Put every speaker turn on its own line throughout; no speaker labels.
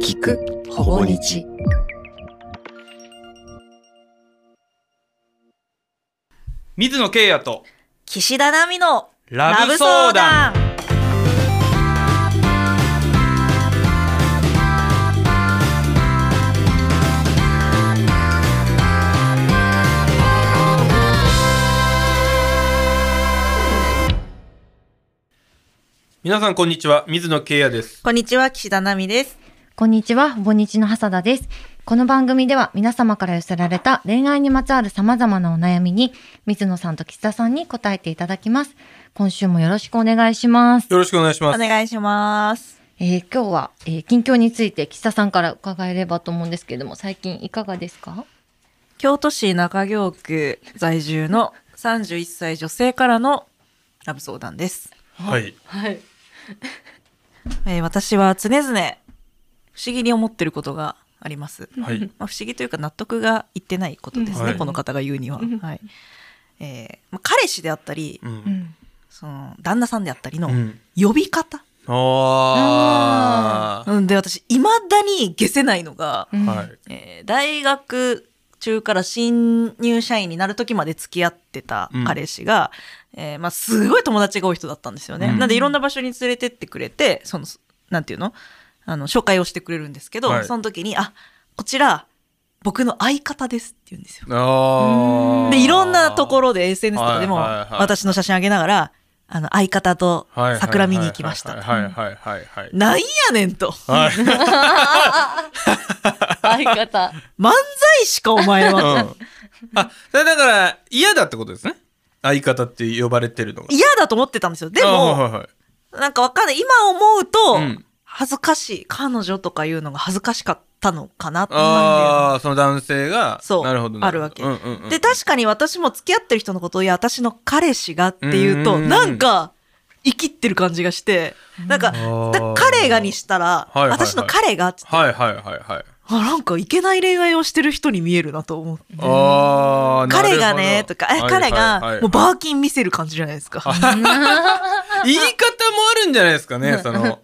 聞くほぼ日
水野圭也と
岸田奈美の
ラブ相談皆さんこんにちは水野圭也です
こんにちは岸田奈美です
こんにちは、ほぼ日のはさだです。この番組では皆様から寄せられた恋愛にまつわる様々なお悩みに、水野さんと岸田さんに答えていただきます。今週もよろしくお願いします。
よろしくお願いし
お
ます
願いします
えー今日は、えー近況について岸田さんから伺えればと思うんですけれども、最近いかがですか
京都市中京区在住の31歳女性からのラブ相談です、
はい
はい。
えー私は常々不思議に思ってることがあります
はい
まあ、不思議というか納得がいってないことですね、
はい
この方が言うには。はいえーまあ、彼氏であったり、
うん
その旦那さんであったりの
うん
呼び方、
あ
うん、で私いまだに消せないのが、
うん
ーはい
えー大学中から新入社員になる時まで付き合ってた彼氏が、えーまあ、すごい友達が多い人だったんですよね。
うん
なんでいろんな場所に連れてってくれてそのなんていうのあの紹介をしてくれるんですけど、
はい
その時に「あこちら僕の相方です」って言うんですよ。
あー
でいろんなところで SNS とかでも
はいはいはい
私の写真あげながらあの相方と桜見に行きましたと。
はいはいはいはい
なんやねんと
はいはいはい
相方。
漫才しかお前は
はいうんあそれだから嫌だってことですね相方って呼ばれてるのが
嫌だと思ってたんですよで
あーは
も
いはい
なんかわかんない今思うと
うん
恥ずかしい彼女とかいうのが恥ずかしかったのかなって感
ああ、その男性が、
そう
なるほどなるほど
あるわじで確かに私も付き合ってる人のことをいや私の彼氏がっていうと
うん
なんか生きってる感じがしてなんか
あー
だ彼がにしたら
はいはいはい
私の彼がっつって
はいはいはいはい。
あ、なんかいけない恋愛をしてる人に見えるなと思う。
ああ、なるほ
彼
ど
がね、とか、え、彼が、もうバーキン見せる感じじゃないですか。
言い方もあるんじゃないですか ね、その。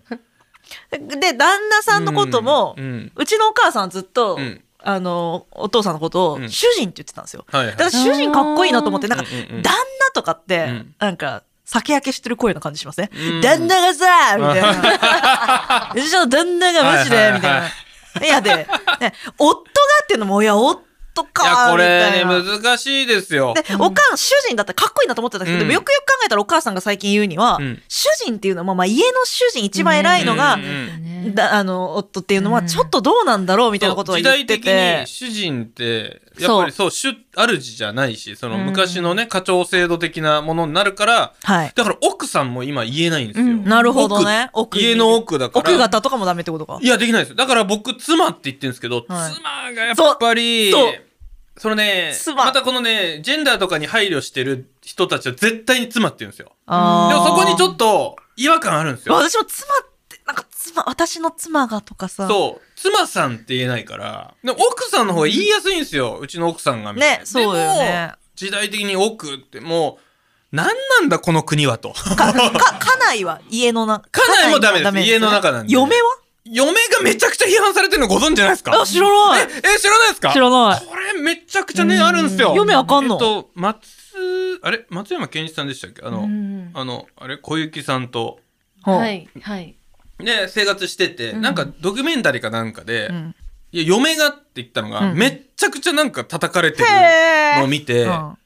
で、旦那さんのことも
う、ん
うちのお母さんはずっと
うん、
あの、お父さんのこ
う
とを、
ん
主人って言ってたんですよ。
はいはい
だから主人かっこいいなと思って、なんか、
うんうんうん
旦那とかっ
う
て
ん、
なんか、酒焼けしてる声の感じしますね
うん。
旦那がさみた いな。うちの旦那がマジ
はいはいはい
でみたいな。いやで、ね夫がっていうのも、いや、夫
いや、
か
こ
み
れ
た
ね、
いな。
難しいですよ。
で、おかん、主人だったらかっこいいなと思ってたんですけど、
うん
よくよく考えたらお母さんが最近言うには、
うん
主人っていうのは、まあ家の主人一番偉いのが、
うん
ね
だあの、夫っていうのは、ちょっとどうなんだろうみたいなことを
時
言っ
代
て
的
て
に、主人って、やっぱりそう、主、主じゃないし、その昔のね、家長制度的なものになるから、
はい。
だから奥さんも今言えないんですよ。
うん
なるほどね。奥
家の奥だから。
奥方とかもダメってことか
い。や、できないです。だから僕、妻って言ってるんですけど、
はい
妻がやっぱり、
そ
そう
そう
のね、
妻
またこのね、ジェンダーとかに配慮してる人たちは絶対に妻って言うんですよ。
あ
で
ー
もそこにちょっと違和感あるんですよ。
私も妻って、なんか妻、私の妻がとかさ。
そう。妻さんって言えないから、でも奥さんの方が言いやすいんですよ。うちの奥さんがみたいな。
ねそうよね
でも時代的に奥ってもう、何なんだこの国はと。
か、か、家内は家の中。
家内もダメです
よね
家の中なんで
嫁は
嫁がめちゃくちゃ批判されてるのご存知じゃないですか
あ、知らない
え、え知らないですか
知らない。
これめちゃくちゃね、あるんですよ。
嫁あかんの
えっと、松、あれ松山健一さんでしたっけあの、
うん
あの、あれ小雪さんと、
ほう
は。い、はい。
ね、生活してて、なんかドキュメンタリーかなんかで、
うん
いや、嫁がって言ったのが、
うん
めっちゃくちゃなんか叩かれてる
へー
のを見て、
うん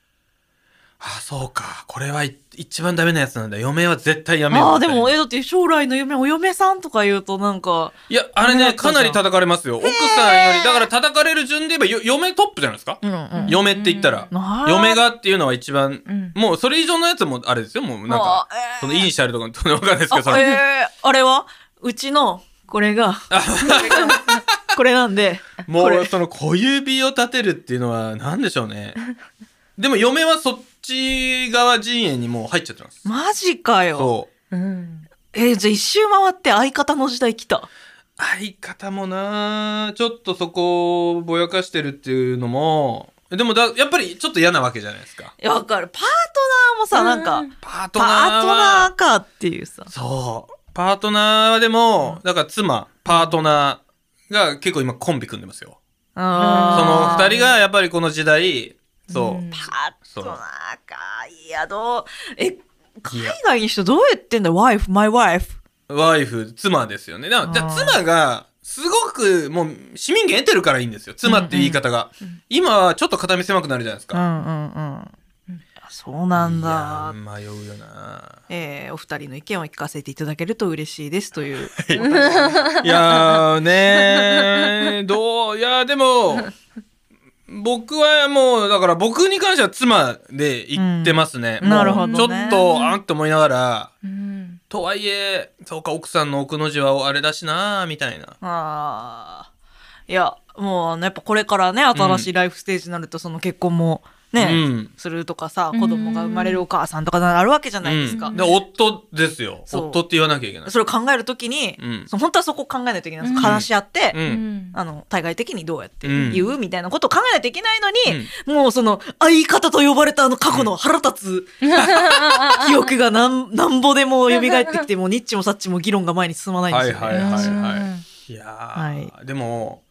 あ、そうか、これはい一番ダメなやつなんだ。嫁は絶対やめよう
ああ、
みた
で
いな
も、え、だって将来の夢、お嫁さんとか言うとなんか、
いや、あれ
ダメだ
ね、
ったじゃ
かな
ん
り叩かれますよ。奥さんより、だから叩かれる順で言えば、よ嫁トップじゃないですか、
うんうん。
嫁って言ったら、
なあ
嫁がっていうのは一番、
うん
もうそれ以上のやつもあれですよもうなんか、
あえー
そのイニシャルとかのわかんないですけどその
あ、えー、あれはうちの、これが、 これなんで、
も
こ
う
れ
その小指を立てるっていうのは何でしょう ねでも嫁はそっち側陣営にもう入っちゃってます
マジかよ。
そう
うん。
えー、じゃあ一周回って相方の時代来た。
相方もなちょっとそこをぼやかしてるっていうのもでもだやっぱりちょっと嫌なわけじゃないですか
いや、わかる。パートナーもさ、なんか、
パート
パ
ナー
ートナ
は
ーかっていうさ。
そうパートナーはでも、だから妻パートナーが結構今コンビ組んでますよ。その
あー
二人がやっぱりこの時代、そう。
うん
パッと
そう
なんか、いや、どう、え、海外に人どうやってんだよ、ワイフ、マイワイフ。
ワイフ、妻ですよね。だからじゃあ
あー
妻が、すごくもう市民権得てるからいいんですよ。妻って言い方が。今はちょっと片身狭くなるじゃないです
うん
か。
うんうん。そうなん
いやー
だ。
迷うよな
えーお二人の意見を聞かせていただけると嬉しいですという。
いやーねーどういやーでも僕はもうだから僕に関しては妻で言ってますね、
うん
もう
なるほどね
ちょっとあんって思いながら
うん
とはいえそうか奥さんの奥の字はあれだしなーみたいな
あーいや、もう、ね、やっぱこれからね、新しいライフステージになると、その結婚もね、
うん
するとかさ、
うん
子供が生まれるお母さんとかなるわけじゃないですか。
うん、で夫ですよ
そう
夫って言わなきゃいけない
それを考えるときに、
うん
その本当はそこを考えないといけないんです。
うん
話し合って、
う
うんん
あの、対外的にどうやって言う、みたいなことを考えないといけないのに、もうその、相方と呼ばれたあの過去の腹立つ、記憶がなん、なんぼでも蘇ってきて、もうニッチもサッチも議論が前に進まないんですよ、ね。
はいはいはいいやー、
は
でも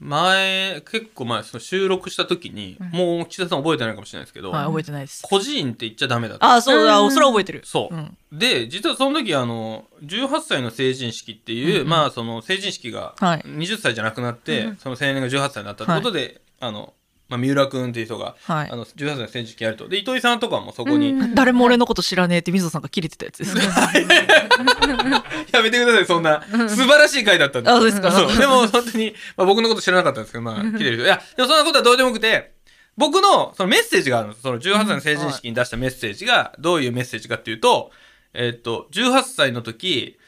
前結構前その収録した時に、
うん
もう岸田さん覚えてないかもしれないですけど、
はい覚えてないです。
個人って言っちゃダメだと
ああ、そうだ、
うん
それは覚えてる。
そう、
ん。
で実はその時あの18歳の成人式っていう、
うんうん
まあその成人式が
はい
20歳じゃなくなって、
うん
その青年が18歳になったってことで、あの、まあ、三浦君っていう人が、
はい
あの18歳の成人式やるとで糸井さんとかもそこに、
うん
誰も俺のこと知らねえって水野さんが切れてたやつですね。
やめてください、そんな。素晴らしい回だったんです。
あそうですか
そうでも、本当に、まあ、僕のこと知らなかったんですけど、まあ、来てる人。いや、でもそんなことはどうでもよくて、僕のそのメッセージがあるんです。その18歳の成人式に出したメッセージが、どういうメッセージかっていうと、えっと、18歳の時、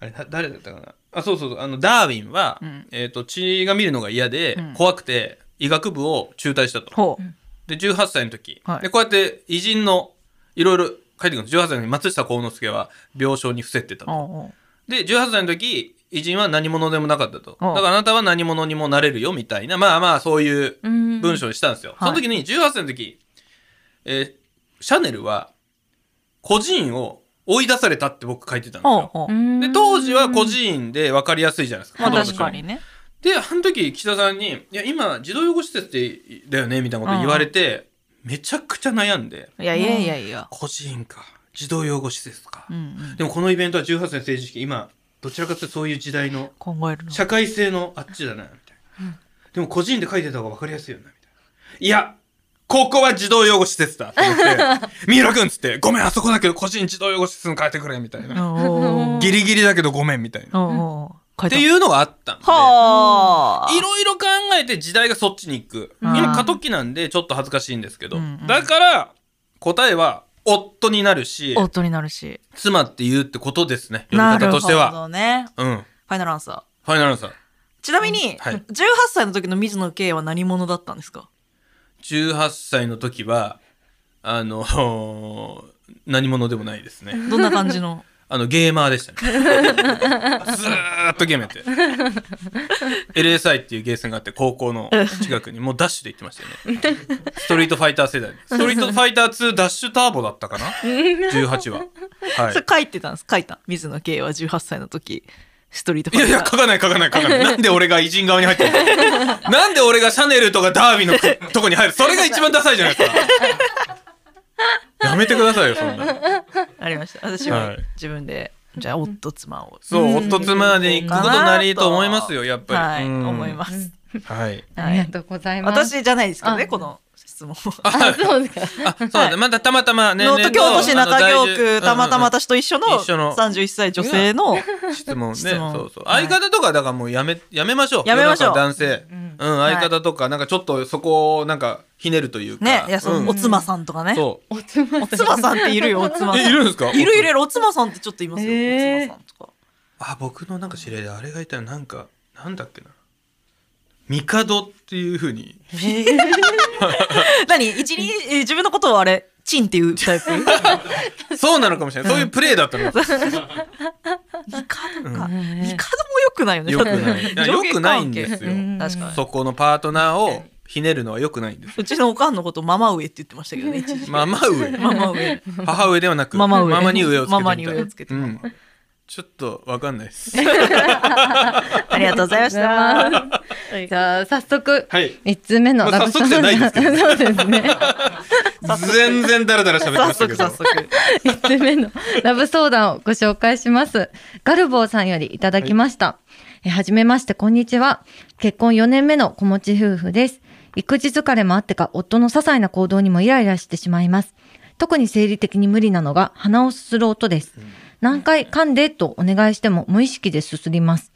あれ、だ誰だったかなあ、そうそうそう、あの、ダーウィンは、
うん
えっと、血が見るのが嫌で、
うん
怖くて、医学部を中退したと。
ほう。
で、18歳の時。
はい
で、こうやって、偉人の、いろいろ書いてくるんです。18歳の時、松下幸之助は病床に伏せてたと。
おう
で、18歳の時、偉人は何者でもなかったと。だ
うん
からあなたは何者にもなれるよ、みたいな、まあまあ、そういう
うん
文章にしたんですよ。
はい
その時に、18歳の時、えーシャネルは、孤児院を追い出されたって僕書いてたんです
おう
よ。
おう
で、当時は孤児院で分かりやすいじゃないですか。
まあ
子供た
確
ちも
かにね。
で、あの時、岸田さんに、いや、今、児童養護施設でだよね、みたいなこと言われて、めちゃくちゃ悩んで、
いやいやいやいや。
孤児院か、児童養護施設か。
うんうん
でもこのイベントは18歳の成人式、今、どちらかというとそういう時代の、
考えるの。
社会性のあっちだな、みたいな。でも個人で書いてた方が分かりやすいよな、みたいな。いや、ここは児童養護施設だって言 って、三浦くんっつって、ごめん、あそこだけど個人児童養護施設に変えてくれ、みたいな。
おう
ギリギリだけどごめん、みたいな。っ
おうおう書い
て
て
いうのがあったんで。
はあ。
いろいろ考えて時代がそっちに行く。
うん
今過渡期なんでちょっと恥ずかしいんですけど。
うんうん
だから、答えは夫になるし、
夫になるし。
妻って言うってことですね。呼び
な
方
る
と
ほ
しては。
どね。
うん。
ファイナルアンサー。
ファイナルさん。
ちなみに、
はい
18歳の時の水野圭は何者だったんですか
18歳の時はあの 何者でもないですね
どんな感じの
あのゲーマーでしたねずーっとゲームやって LSI っていうゲーセンがあって高校の近くにもうダッシュで行ってましたよねストリートファイター世代ストリートファイター2ダッシュターボだったかな18は は
それ
い
書いてたんです書いた水野圭は18歳の時ストリートフ
い
ァ
や
イ
い
ター
や書かない書かない書かないなんで俺が偉人側に入ってる のなんで俺がシャネルとかダービーのくとこに入るそれが一番ダサいじゃないですかやめてくださいよそんな
ありました私は
はい
自分で、じゃあ夫妻を
そう、
うん
夫妻で行くことなりと思いますよ、やっぱり。
はい、
うん
思います、
はい。
ありがとうございます。
私じゃないですけどね
あ
この質問
あ、そうですか。
あ、そうだ、ねまたたまたま年
能
齢
登京都市中京区たまたま
た
私と一緒の
一緒の
31歳女性の
質問ね。
質問
そうそう。
はい
相方とか、だからもうやめ、やめましょう。
やめましょう
世の中の男性。
う
うんん、相方とか、なんかちょっとそこを、なんか、ひねるというか。
ねいやその、
うん
お妻さんとかね
そう。
おつま
お妻さんって いるよお妻さん
え、いるんですか
いるいるいるお妻さんってちょっといますよ、
へー
お妻さんとか
あ、僕のなんか知り合いで、あれがいたら、なんか、なんだっけな。帝っていうふう に。
何一輪えー自分のことをあれチンっていうタイプ
そうなのかもしれない。そういうプレイだったのかもしれない。
イカドか、イカ
ん
ドも良くないよね
良く ない。いや良くないんですよ。
うん
確かに
そこのパートナーをひねるのは良くないんです。
うちのおかんのことママ上って言ってました けどね一時期
ママ上。
ママ上
母上ではなく、
ママ上
に上をつけてみたい。
ママに上をつけ て
うんちょっとわかんないです。
ありりがとうございました。
じゃあ早速
はい。
一通目の
まあ
ラブ
早速じゃないですけど
そうですね。
全然ダラダラ喋ってま
早
したけ
速
ど。
早速。
一つ目のラブ相談をご紹介します。ガルボーさんよりいただきました。えはじめまして、こんにちは。結婚4年目の子持ち夫婦です。育児疲れもあってか、夫の些細な行動にもイライラしてしまいます。特に生理的に無理なのが、鼻をすする音です。何回噛んでとお願いしても無意識ですすります。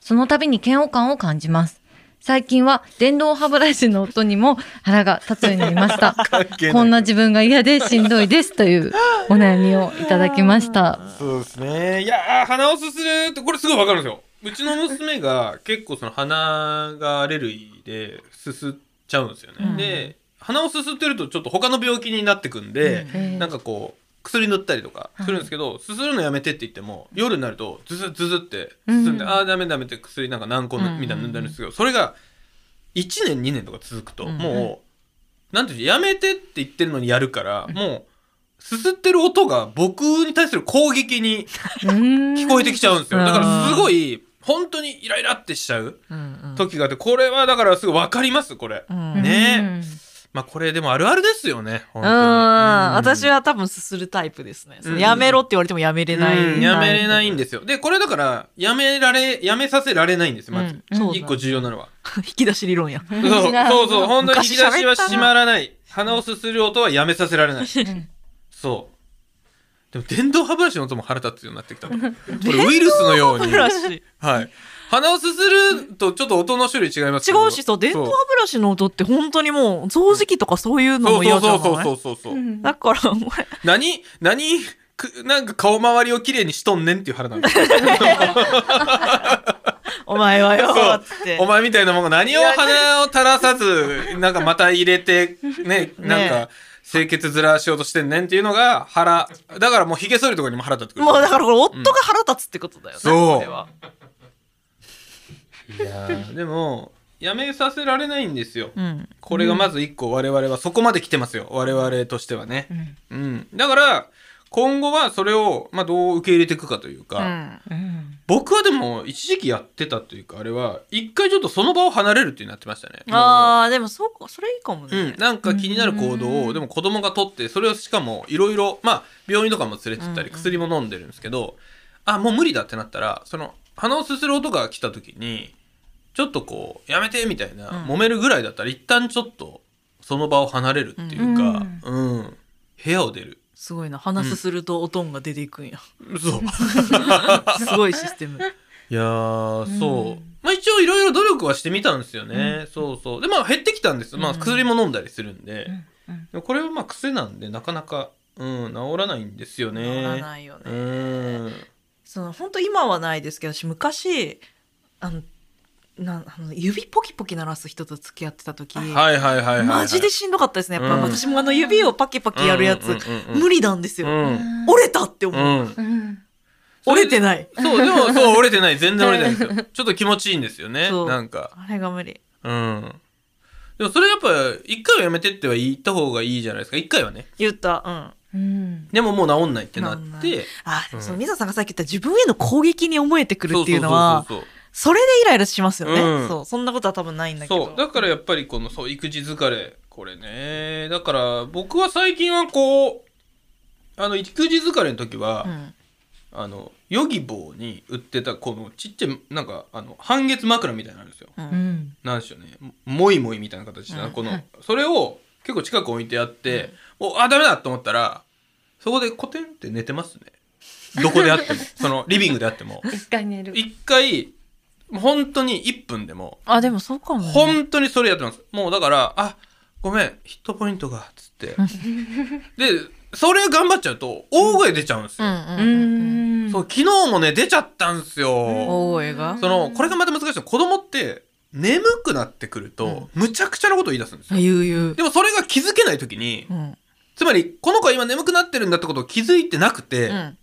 その度に嫌悪感を感じます。最近は電動歯ブラシの音にも腹が立つようになりました。
係ない
こんな自分が嫌でしんどいですというお悩みをいただきました。
そうですね。いやー、鼻をすするって、これすごいわかるんですよ。うちの娘が結構その鼻がアレルギーですすっちゃうんですよね。
うん
で、鼻をすすってるとちょっと他の病気になってくんで、
うん
なんかこう、薬塗ったりとかするんですけど、すするのやめてって言っても、夜になるとズズズズって進んで、
うん
ああ、ダメダメって薬なんか何個のみたいなの飲んだりするんですけど、それが1年2年とか続くと、
うん
もうなんていうのやめてって言ってるのにやるから、もうすすってる音が僕に対する攻撃に聞
聞
こえてきちゃうんですよ
うん
だからすごい本当にイライラってしちゃう
うん
時があってこれはだからすごい分かりますこれ、
うん
ねまあこれでもあるあるですよね
う
本
ん、
当にうん
私は多分すするタイプですね。その
うん
やめろって言われてもやめれない、
うんやめれないん
で。
ですよでこれだからやめられやめさせられないんですまず、
うんそうだ
一個重要なのは
引き出し理論や。
そうそうそう本当に引き出し
昔喋
は
ったな
閉まらない鼻をすする音はやめさせられないそう。でも電動歯ブラシの音も腹立つようになって きたの。これウイルスのように。
ブラシ。違
はい。鼻をすするとちょっと音の種類違いますけど
うしさ、電動歯
そ
ブラシの音って本当にもう掃除機とかそういうのも
うそ
嫌
う
じゃない
そうそうそうそうそう。
だから、お前、
何何くなんか顔周りをきれいにしとんねんっていう腹なの。
お前はよ
そう
つって。
お前みたいなもんが何を鼻を垂らさず、なんかまた入れて、 ね、なんか清潔ずらしようとしてんねんっていうのが腹。だからもう髭剃りとかにも腹立ってくる。
もうだからこれ夫が腹立つってことだよね。
そう
これは。
いやーでも、やめさせられないんですよ。
うん。
これがまず一個我々はそこまで来てますよ我々としてはね、うんだから今後はそれを、まあ、どう受け入れていくかという
う
か、
ん。
僕はでも一時期やってたというかあれは一回ちょっとその場を離れるっていうになってましたね
ああ、でもそうか、それいいかも
う
ね
ん、。なんか気になる行動
う
を
ん
でも子供が取ってそれをしかもいろいろまあ病院とかも連れてった
うんう
り
ん
薬も飲んでるんですけどあもう無理だってなったらその鼻をすする音が来た時にちょっとこうやめてみたいな、
うん
揉めるぐらいだったら一旦ちょっとその場を離れるっていうか、うん部屋を出る
すごいな。話すするとおとんが出ていくんや。
そう
すごいシステ ム。
いやーそう、まあ一応いろいろ努力はしてみたんですよね、そうそうでまあ減ってきたんです、まあ、
うん
薬も飲んだりするんで、
うん
でもこれはまあ癖なんでなかなか、うん、治らないんですよね
ならないよ
う
ね。
ん
その本当今はないですけど私昔あのなあの指ポキポキ鳴らす人と付き合ってた時、
はいはいはいはいはい。
マジでしんどかったですねやっぱ、
うん
私もあの指をパキパキやるやつ、
うんうんうん
無理なんです
う
よ、
ん。
折れたって思う、
うん。
うん
折れてない
そう、でも、そう、折れてない。全然折れてないですよ。ちょっと気持ちいいんですよね。
そう
なんか。
あれが無理
うん。でもそれやっぱ、一回はやめてっては言った方がいいじゃないですか。一回はね。
言ったうん
うん
でももう治んないってな
治ん
っ
な
て
い。あでもそうの
ん
水野さんがさっき言った自分への攻撃に思えてくる
そ
っていうのは
そうそう
それでイライラしますよね、
うん
そうそんなことは多分ないんだけ
そう
ど
そうそう。だからやっぱりこの、そう、育児疲れ。これね。だから、僕は最近はこう、あの、育児疲れの時は、
うん
あの、ヨギボーに売ってた、このちっちゃい、なんか、あの、半月枕みたいなのあるんですよ。
う
うんん
なんでしょうねももいもいみたいな形で、
うん
このそれを結構近く置いてあって、おあダメだと思ったらそこでコテンって寝てますねどこであってもそのリビングであって も
一回寝る。
一回本当に1分でも
あでもそうかも、ね、
本当にそれやってますもうだからあごめんヒットポイントがっつっ てでそれ頑張っちゃうと大声出ちゃうんです
う
よ、
んうん
う
うん、うん、
ん
そう昨日もね出ちゃったんですよ、
大声が
そのこれがまた難しいの子供って眠くなってくると、むちゃくちゃなことを言い出すんですよ
悠々
でもそれが気づけない時に、
うん
つまりこの子は今眠くなってるんだってことを気づいてなくて、
うん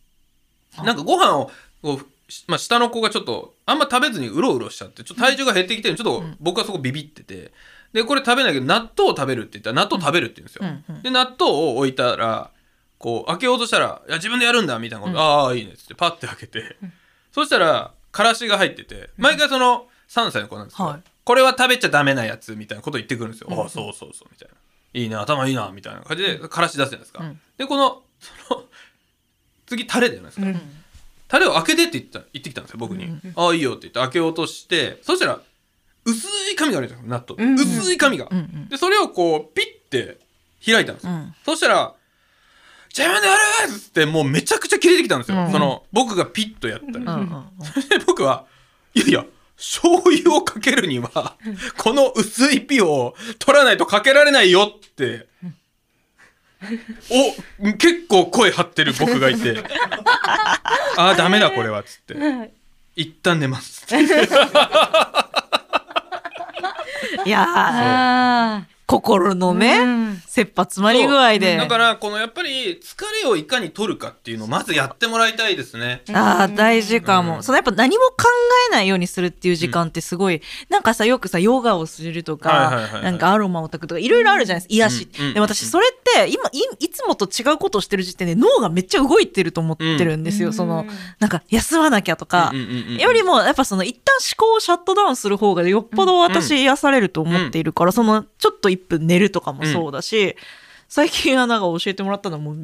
なんかご飯をこう、しまあ、下の子がちょっとあんま食べずにうろうろしちゃってちょっと体重が減ってきてるちょっと
うん
僕はそこビビっててでこれ食べないけど納豆を食べるって言ったら納豆食べるって言うんですよ。
うんうん
で納豆を置いたらこう開けようとしたら「いや自分でやるんだ」みたいなこと「
うん
ああいいね」っつってパッて開けて、そしたらからしが入ってて毎回その3歳の子なんですけど、
はい
これは食べちゃダメなやつみたいなこと言ってくるんですよ、
うん
ああそうそうそうみたいないいね頭いいなみたいな感じでからし出すじゃないですか、
うん
でこのその次タレじゃないですか、
うん
タレを開けてって言った言ってきたんですよ僕に、
うん
ああいいよって言って開けようとしてそしたら薄い紙があるじゃないですか納豆、
うんうん
薄い紙が、
うんうん
でそれをこうピッて開いたんですよ、
うん
そしたら「自分でやる!」っつってもうめちゃくちゃ切れてきたんですよ、
うん
その僕がピッとやったり、
うんうん
で僕はいやいや醤油をかけるにはこの薄いピを取らないとかけられないよって、お結構声張ってる僕がいてああダメだこれはっつって一旦寝ますって
うんいやー
あ
心の
ー
ね
うん
切羽詰まり具合で
だからこのやっぱり疲れをいかに取るかっていうのをまずやってもらいたいですね
あー大事かも、
うん
そのやっぱ何も考えないようにするっていう時間ってすごい、なんかさよくさヨガをするとか、
はいはいはいはい
なんかアロマを炊くとかいろいろあるじゃないですか癒し、
うんうん
で私それって今いいつもと違うことをしてる時点で脳がめっちゃ動いてると思ってるんですよ、そのなんか休まなきゃとか、
うんうんうんうん
よりもやっぱその一旦思考をシャットダウンする方がよっぽど私癒されると思っているから、そのちょっと1分寝るとかもそうだし、最近はなんか教えてもらったのも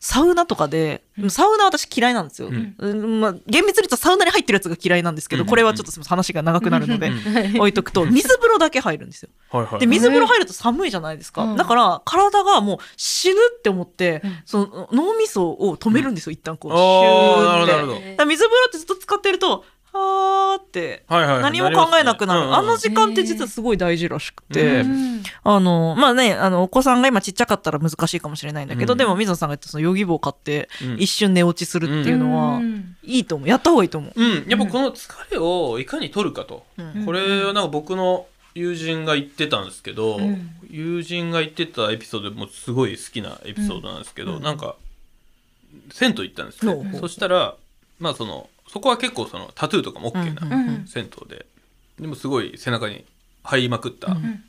サウナとかでサウナ私嫌いなんですよ、
うん
うんまあ、厳密に言うとサウナに入ってるやつが嫌いなんですけど、
うん
これはちょっとすみません話が長くなるので
うん
置いとくと水風呂だけ入るんですよ
はいはい
で水風呂入ると寒いじゃないですか、
うん
だから体がもう死ぬって思って、その脳みそを止めるんですよ、一旦こうシュ
あ
ー
あなるほどな
って
るほど
だから水風呂ってずっと使ってると、はーって、
はいはい
何も考えなくなる。あの
時
時間って実はすごい大事らしく
う
て、
うん
あの、まあね、あの、お子さんが今ちっちゃかったら難しいかもしれないんだけど、
うん
でも水野さんが言ったその、ヨギボー買って、
うん
一瞬寝落ちするっていうのは、
うん
いいと思う。やった方がいいと思う。
うん、やっぱこの疲れをいかに取るかと、
うん
これはなんか僕の友人が言ってたんですけど、
ん
友人が言ってたエピソードもすごい好きなエピソードなんですけど、
うん
なんか銭湯行ったんですよ、
ほうほう
そしたらまあそのそこは結構そのタトゥーとかも OK
うん
な
うんうん
銭湯で、でもすごい背中に入りまくった、
うん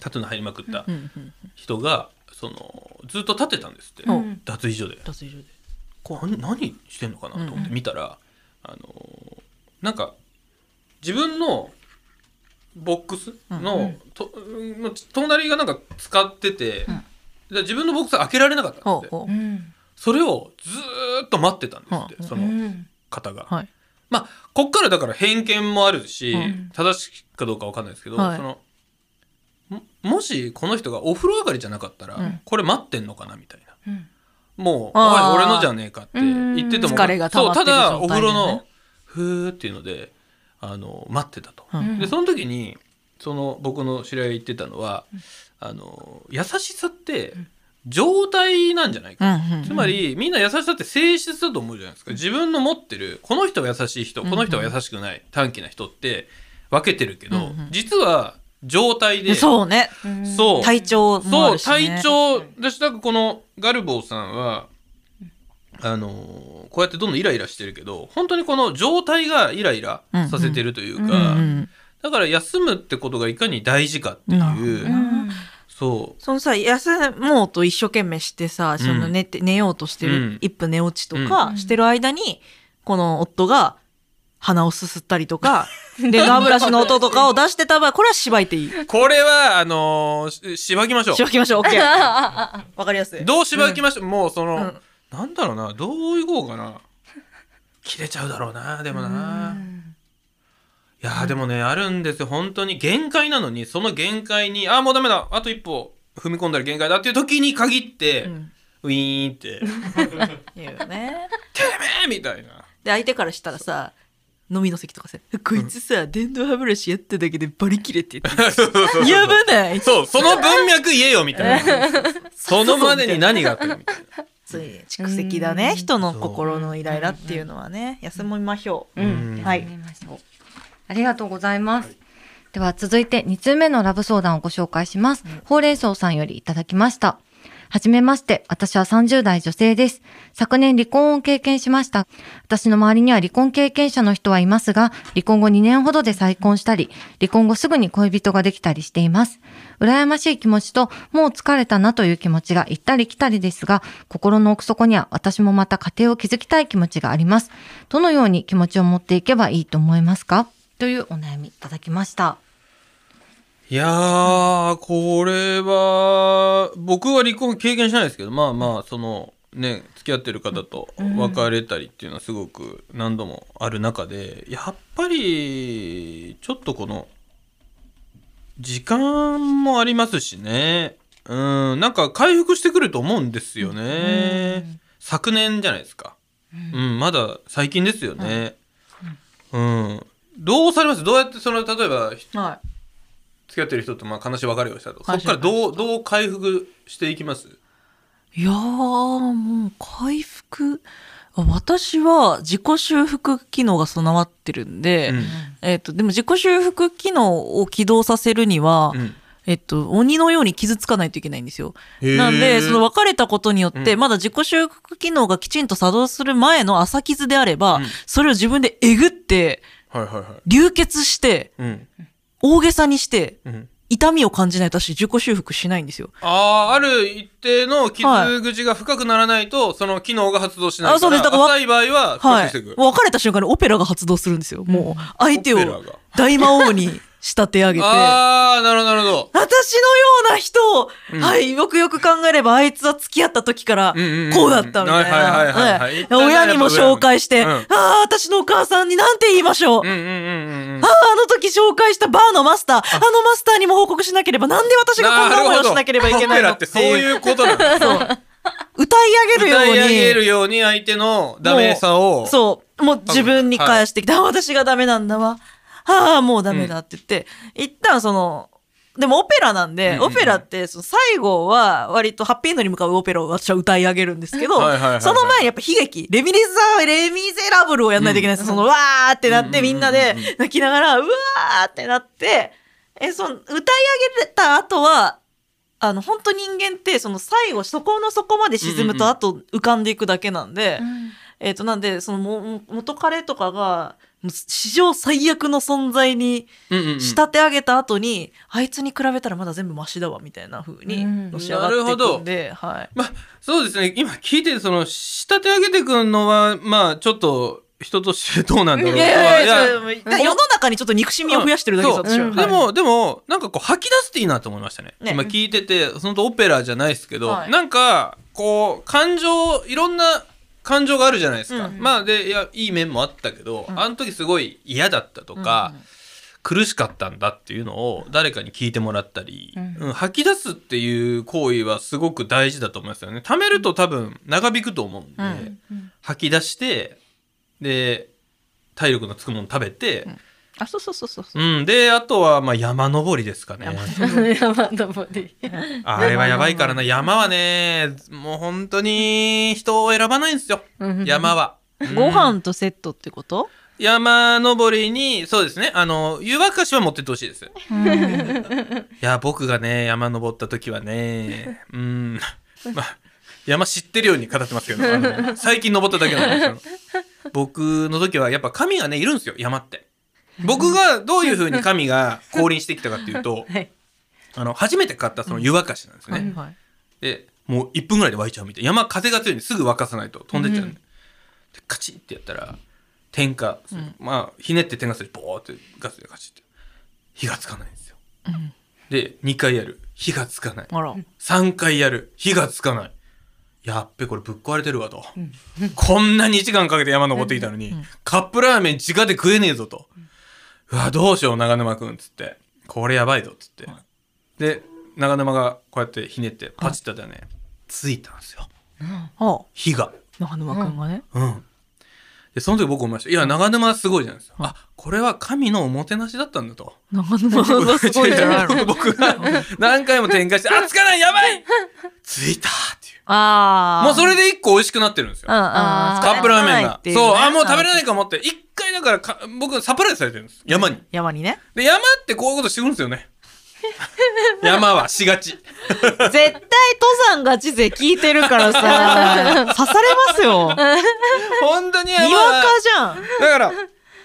タトゥーの入りまくった
うんうん。
人がそのずっと立ってたんですって、
うん
脱衣所で。
脱衣所で。
何何してんのかなと思っ
うん
て
うん
見たら、あのーなんか自分のボックスの,、
うんう
とうんの隣がなんか使ってて、
うん
で自分のボックス開けられなかったん
ほ
です
う
って
ほ
う
う。
ん
それをずーっと待ってたんですって、
うん
そうの
ん
方が。
はい。
まあこっからだから偏見もあるし、
うん
正しいかどうかわかんないですけど、
はい
そのももしこの人がお風呂上がりじゃなかったら、
うん
これ待ってんのかなみたいな。
うん
もう「
あー
おい俺のじゃねえか」って言ってても
うん疲れが溜まってる
そうただ
状
お風
態でね
呂の「ふー」っていうのであの待ってたと。
うん
でその時にその僕の知り合いが言ってたのはあの優しさって状態なんじゃないか。
うんうん
つまりみんな優しさって性質だと思うじゃないですか自分の持ってるこの人は優しい人この人は優しくない短気な人って分けてるけ
うんう
ど
ん
実は状態で
そうね。
そう
体調もあ
そう、
るし、ね。
体調だし、なんかこのガルボーさんは、あのーこうやってどんどんイライラしてるけど、本当にこの状態がイライラさせてるという
うん
か、
うん。
だから休むってことがいかに大事かっていう、
うんうん
そう。
そのさ休もうと一生懸命してさ、その寝て寝ようとして
うん
る、一歩寝落ちとかしてる間に、この夫が鼻をすすったり とか、で、歯ブラシの音とかを出してた場合、これはしばいていい。
これは、あのーししばきましょう
し。ばきましょう、OK。わ かりやすい。
どうしばきましょう、もうその、
うん
なんだろうな、どういこうかな。切れちゃうだろうな、でもな。いやーでもね、あるんですよ本当に限界なのにその限界にあーもうダメだあと一歩踏み込んだら限界だっていう時に限って、
うん
ウィーン って「
言うよね。
えーみたいな
で、相手からしたらさ、飲みの席とかさ、こいつさ、電動歯ブラシやっただけでバリ切れてて、
そうそうそう
やばない
そうその文脈言えよみたいなそのまでに何があったかみたいな
そういう蓄積だね、
うん
人の心のイライラっていうのはね、休みましょう。
うん
はい
わかりましたありがとうございます。では続いて2通目のラブ相談をご紹介します。ほうれん草さんよりいただきました。はじめまして。私は30代女性です。昨年離婚を経験しました。私の周りには離婚経験者の人はいますが、離婚後2年ほどで再婚したり、離婚後すぐに恋人ができたりしています。羨ましい気持ちと、もう疲れたなという気持ちが行ったり来たりですが、心の奥底には私もまた家庭を築きたい気持ちがあります。どのように気持ちを持っていけばいいと思いますかというお悩みいただきました。
いやー、これは、僕は離婚経験しないですけど、まあまあ、その、ね、付き合ってる方と別れたりっていうのはすごく何度もある中で、やっぱり、ちょっとこの、時間もありますしね、うん、なんか回復してくると思うんですよね。昨年じゃないですか。うん、まだ最近ですよね。うん。どうされますどうやって、その、例えば、
はい。
付き合ってる人とまあ悲しい別れをしたとそ
悲
こ
しい
からどうどう回復していきます
いやー、もう回復。あ私は自己修復機能が備わってるんで、
うん
えっと、でも自己修復機能を起動させるには、
うん
えっと、鬼のように傷つかないといけないんですよ。
へー
なんで、その別れたことによって、
うん
まだ自己修復機能がきちんと作動する前の浅傷であれば、
うん
それを自分でえぐって、
はいはいはい
流血して、
うん
大げさにして、
うん
痛みを感じないと私自己修復しないんですよ。
ああある一定の傷口が深くならないと、その機能が発動しない
あそうですだから
浅い場合は
は
深く
い
していく、。
別れた瞬間にオペラが発動するんですよ。もう、相手
オペラ
を
が
大魔王に仕立て上げ て。
ああなるほどなるほど
私のような人を、
うん
はい、よくよく考えれば、あいつは付き合った時から
うんうんうん、
こうだったみたいな。
はいはいはいはい
はい親にも紹介して、
うん
ああ、私のお母さんになんて言いましょう。
うんうんうんうんうん
ああ、あの時紹介したバーのマスター、あのマスターにも報告しなければ、なんで私がこんな思いをしなければいけない
オペラ
の
ってそういうことなんだ
歌い上げるよ
歌
うに。
い上げるように相手のダメさを
そう。もう自分に返してきて、あ私がダメなんだわ。ああ、もうダメだって言って、一旦その、でもオペラなん
うん
で、
うんうん
オペラってその最後は割とハッピーエンドに向かうオペラを私は歌い上げるんですけど、
はいはいはいはい
その前にやっぱ悲劇、レミレザー、レミゼラブルをやんないといけないんですよ。そのわーってなっ
うん
て
うんうん
み
うん
んなで泣きながら、うわーってなって、え、その歌い上げた後は、あの、本当人間ってその最後、そこの底まで沈むとあと浮かんでいくだけなんで、えっ、と、なんで、そのも、も元彼とかが、もう史上最悪の存在に
うんうんうん
仕立て上げた後に、あいつに比べたらまだ全部マシだわ、みたいな風に
うん、
のし上がっていくんで、はい。
まあ、そうですね。今聞いて、その、仕立て上げてくんのは、まあ、ちょっと、人としてどうなんだろう
い
とは。
やいやいや
いや
それだから世の中にちょっと憎しみを増やしてるだけです、
うん
私は。
そう
はい
でも、でも、なんかこう、吐き出すっていいなと思いましたね。
ね
今聞いてて、そのオペラじゃないですけど、
はい
なんか、こう、感情、いろんな感情があるじゃないですか。
うん
まあ、で、いや、いい面もあったけど、
ん
あの時すごい嫌だったとか、苦しかったんだっていうのを誰かに聞いてもらったり、
うん
うん吐き出すっていう行為はすごく大事だと思いますよね。溜めると多分長引くと思うんで、
うん
吐き出してで体力のつくもの食べて、
あ、そうそうそうそう。
うんであとはまあ山登りですかね。
山登り。
あれはやばいからな山はねもう本当に人を選ばないんですよ山は。うん
ご飯とセットってこと
山登りにそうですねあの湯沸かしは持ってってほしいです。いや、僕がね、山登った時はね、うん、まあ、山知ってるように語ってますけど、あの最近登っただけなんですけど、僕の時はやっぱ神がね、いるんですよ、山って。僕がどういう風に神が降臨してきたかっていうと、
はい
あの、初めて買ったその湯沸かしなんですね。
はい。
で、もう1分ぐらいで沸いちゃうみたいな。山風が強いんですぐ沸かさないと飛んでっちゃうんで。でカチンってやったら、点火する、まあ、ひねって点火する。ボーってガスでカチンって。火がつかないんですよ。
うん
で、2回やる。火がつかない。
あら。
3回やる。火がつかない。やっべ、これぶっ壊れてるわと。こんなに1時間かけて山登ってきたのに、カップラーメン直で食えねえぞと。うわ、どうしよう、長沼くん、つって。これやばいぞ、つって。で、長沼がこうやってひねって、パチッとやったらね、ついたんですよ。
あ、
火が。
長沼くんがね。
うん。で、その時僕思いました。いや、長沼はすごいじゃないですか。あ、これは神のおもてなしだったんだ と。
長沼くんがすごいじゃな いの
僕が何回も展開して、 あ、つかないやばいついたっていう。
ああ。
もうそれで一個美味しくなってるんですよ。
うんうん
あ
カップラーメンが。そう、あ、もう食べれない
い。
かもって、一回だからか僕サプライズされてるんです。山に。
山にね。
で、山ってこういうことしてくるんですよ ね。山はしがち。
絶対登山ガチ勢聞いてるから さ、刺されますよ。
本当に
に
山
わ
は
か。じゃん。
だから、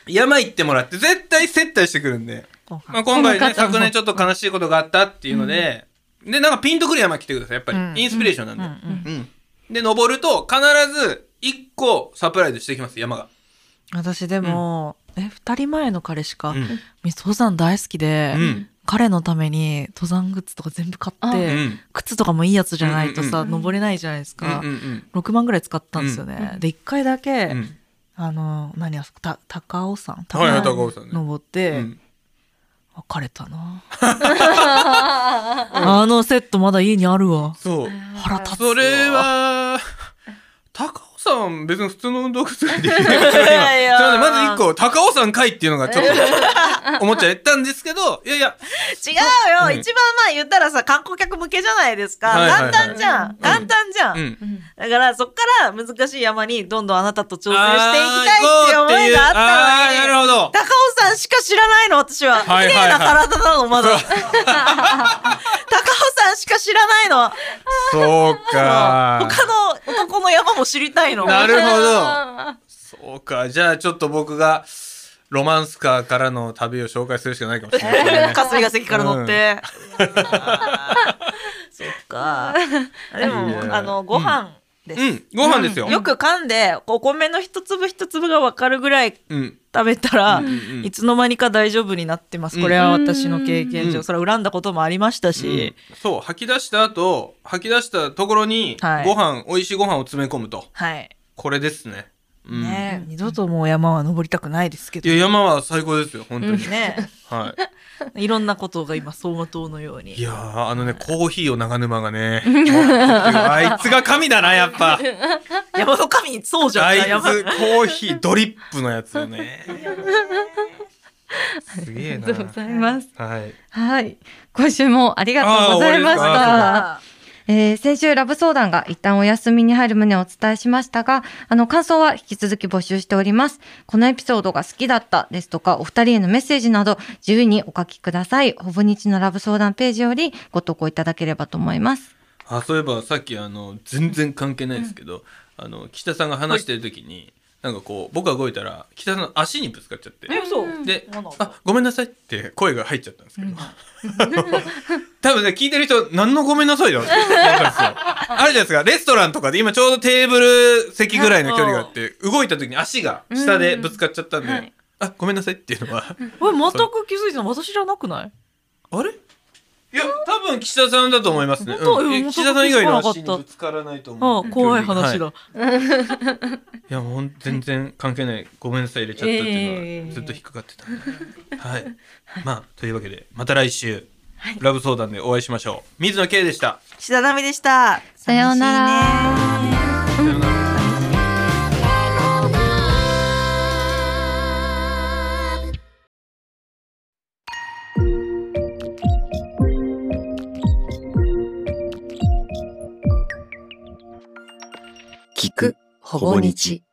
山行ってもらって、絶対接待してくるんで。まあ、今回ね、昨年ちょっと悲しいことがあったっていうので、で、なんかピンとくる山来てください。やっぱり、
うん
インスピレーションなんで。
うんう
う
ん
んで、登ると、必ず一個サプライズしてきます、山が。
私でも、え2人前の彼氏か、
うん
み登山大好きで、
うん
彼のために登山グッズとか全部買っ
う
て、
ん
靴とかもいいやつじゃないとさ、
うんうん
登れないじゃないですか、
うんうん
6万ぐらい使ったんですよね、
うん
で1回だけ、
うんうん
あの何やた高尾山
はいはい
高
高
尾
尾
山
山ね
登って、
うん
別れ たなあのセットまだ家にあるわ
そう
腹立つわ
それ は高尾さん別に普通の運動靴ができない
やいや
すいませんまず一個高尾さんかいっていうのがちょっと思っちゃったんですけどいやいや
違う
う
よ、
ん
一番まあ言ったらさ観光客向けじゃないですか、
はいはいはい
簡単じゃん、
うん
簡単じゃん、
うん
だからそっから難しい山にどんどんあなたと挑戦していきたいっていう思
あー行こ
いがあ
うっていうあー
った
なる
のに
ほど
高尾さんしか知らないの私は綺
はいはいはい
麗な体なの まだ高尾さんしか知らないの
そうか
他の男の山も知りたいの
なるほどそうかじゃあちょっと僕がロマンスカーからの旅を紹介するしかないかもしれないですね
霞が関から乗って、そっか でも
いいね
あのご飯です、
うんご飯ですよ、
よく噛んでお米の一粒一粒が分かるぐらい
うん
食べたら、
うんうん
いつの間にか大丈夫になってますこれは私の経験上、
うん
それは恨んだこともありました
うん
し、
そう吐き出した後吐き出したところに
はい
ご飯、美味しいご飯を詰め込むと
はい
これですね,、うん、
ね、二度ともう山は登りたくないですけ
い
ど
や山は最高ですよ本当に、
ね
はい
ろんなことが今走馬灯のよう
いい
に
やーあのねコーヒーを長沼がね持ってきてあいつが神だなやっぱ
山の神にそうじゃん
あいつ
山
コーヒードリップのやつをねすげえ
あり
な
がとうございます。
はい
はい。今週もありがとうございまし
あ
た。えー先週ラブ相談が一旦お休みに入る旨をお伝えしましたが、あの、感想は引き続き募集しております。このエピソードが好きだったですとか、お二人へのメッセージなど、自由にお書きください。ほぼ日のラブ相談ページよりご投稿いただければと思います。
あそういえばさっきあの全然関係ないですけど、あの岸田さんが話してる時に、なんかこう僕が動いたら岸田さんの足にぶつかっちゃって
え嘘
で
なんだ
「あごめんなさい」って声が入っちゃったんですけど、 多分ね聞いてる人何のごめんなさいだろうって思 ったんですよあるじゃないですかレストランとかで今ちょうどテーブル席ぐらいの距離があって動いた時に足が下でぶつかっちゃったんで「
うんはい
あごめんなさい」っていうのは
おい全く気づいてない私じゃなくない
あれいや多分岸田さんだと思いますね、
本当
うん
え
え
本当
岸田さん以外の足
気づかな
に
かった
ぶつからないと思
あ
う
あ怖い話だ、
ははいやもう全然関係ないごめんなさい入れちゃったっていうのはずっと引っかかってたんで、はい、まあというわけでまた来週、ラブ相談でお会いしましょう水野圭でした
岸田奈美でした
さような
寂しいね
ら
さようなら
聞くほぼ日。